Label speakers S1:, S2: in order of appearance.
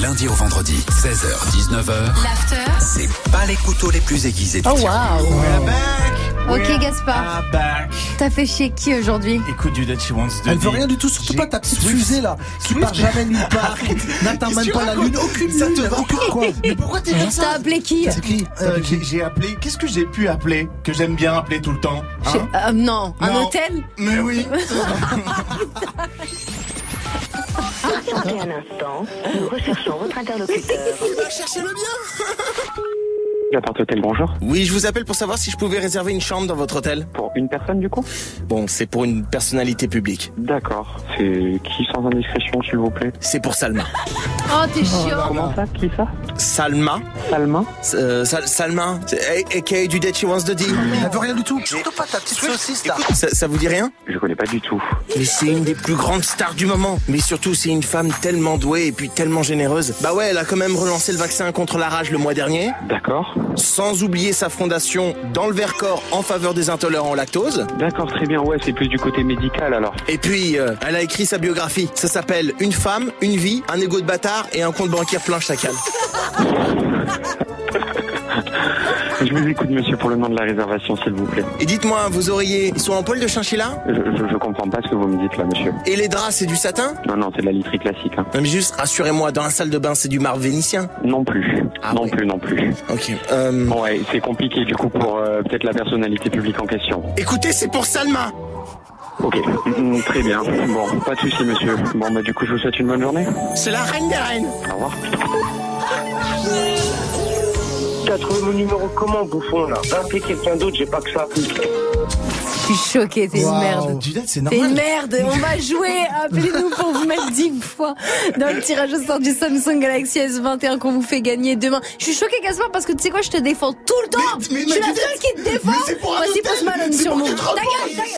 S1: lundi au vendredi, 16h-19h,
S2: L'after.
S1: c'est pas les couteaux les plus aiguisés du
S2: Oh
S1: tir.
S2: wow.
S3: Ok,
S4: We're
S3: Gaspard.
S4: back.
S3: T'as fait chier qui aujourd'hui
S4: Écoute du Dutch Wants to
S5: Elle veut
S4: Be.
S5: rien du tout, surtout pas ta petite fusée là, qui part jamais nulle part, qui n'atteint
S4: Qu'est-ce que
S5: même
S4: tu
S5: pas la
S4: racontes
S5: lune, aucune
S4: Ça
S5: lune,
S4: te va
S5: aucune quoi.
S4: Mais pourquoi t'es comme
S3: T'as
S4: ça
S3: appelé qui
S5: C'est qui
S4: Euh,
S5: Euh,
S4: j'ai- J'ai appelé. Qu'est-ce que j'ai pu appeler Que j'aime bien appeler tout le temps. hein
S3: Chez- euh, non, un
S4: Non.
S3: hôtel
S4: Mais oui
S6: Patientez un instant, nous recherchons votre interlocuteur.
S7: L'appart hôtel, bonjour.
S8: Oui, je vous appelle pour savoir si je pouvais réserver une chambre dans votre hôtel.
S7: Pour une personne du coup
S8: Bon, c'est pour une personnalité publique.
S7: D'accord. C'est qui sans indiscrétion s'il vous plaît
S8: C'est pour Salma.
S3: Oh, t'es chiant
S7: Comment ça Qui ça
S8: Salma
S7: Salma
S8: euh, Sal- Salma c'est- A- A.K.A. du Dead She Wants to Die.
S5: Elle veut rien du tout, surtout pas ta petite saucisse là.
S8: Ça, ça vous dit rien
S7: Je connais pas du tout.
S8: Mais c'est une des plus grandes stars du moment. Mais surtout, c'est une femme tellement douée et puis tellement généreuse. Bah ouais, elle a quand même relancé le vaccin contre la rage le mois dernier.
S7: D'accord.
S8: Sans oublier sa fondation dans le Vercors en faveur des intolérants au lactose.
S7: D'accord, très bien. Ouais, c'est plus du côté médical alors.
S8: Et puis, euh, elle a écrit sa biographie. Ça s'appelle Une femme, une vie, un égo de bâtard et un compte bancaire plein chacal.
S7: Je vous écoute monsieur pour le nom de la réservation s'il vous plaît.
S8: Et dites-moi, vous auriez... Ils sont en poil de chinchilla
S7: Je, je, je comprends pas ce que vous me dites là monsieur.
S8: Et les draps, c'est du satin
S7: Non, non, c'est de la literie classique. Hein.
S8: Non mais juste, rassurez-moi, dans la salle de bain, c'est du marbre vénitien.
S7: Non plus.
S8: Ah
S7: non
S8: ouais.
S7: plus, non plus.
S8: Ok. Euh...
S7: Ouais, c'est compliqué du coup pour euh, peut-être la personnalité publique en question.
S8: Écoutez, c'est pour Salma
S7: Ok, Mm, mm, très bien. Bon, pas de souci monsieur. Bon bah du coup je vous souhaite une bonne journée.
S8: C'est la reine des reines
S7: Au revoir.
S9: T'as trouvé mon numéro comment, bouffon, là Va appeler quelqu'un d'autre, j'ai pas que ça.
S3: Je suis choquée, t'es une
S5: Wow.
S3: merde.
S4: Dudette, c'est
S3: T'es une
S4: normal.
S3: merde, on va jouer, appelez-nous pour vous mettre 10 fois dans le tirage au sort du Samsung Galaxy S21 qu'on vous fait gagner demain. Je suis choquée Gaspard parce que tu sais quoi, je te défends tout le temps.
S4: mais
S3: je suis la
S4: Dudette,
S3: seule qui te défend.
S4: mais c'est pour un
S3: Voici
S4: hôtel,
S3: Post Malone
S4: c'est
S3: sur
S4: pour
S3: mon.
S4: que tu te
S3: Ta gueule, ta gueule.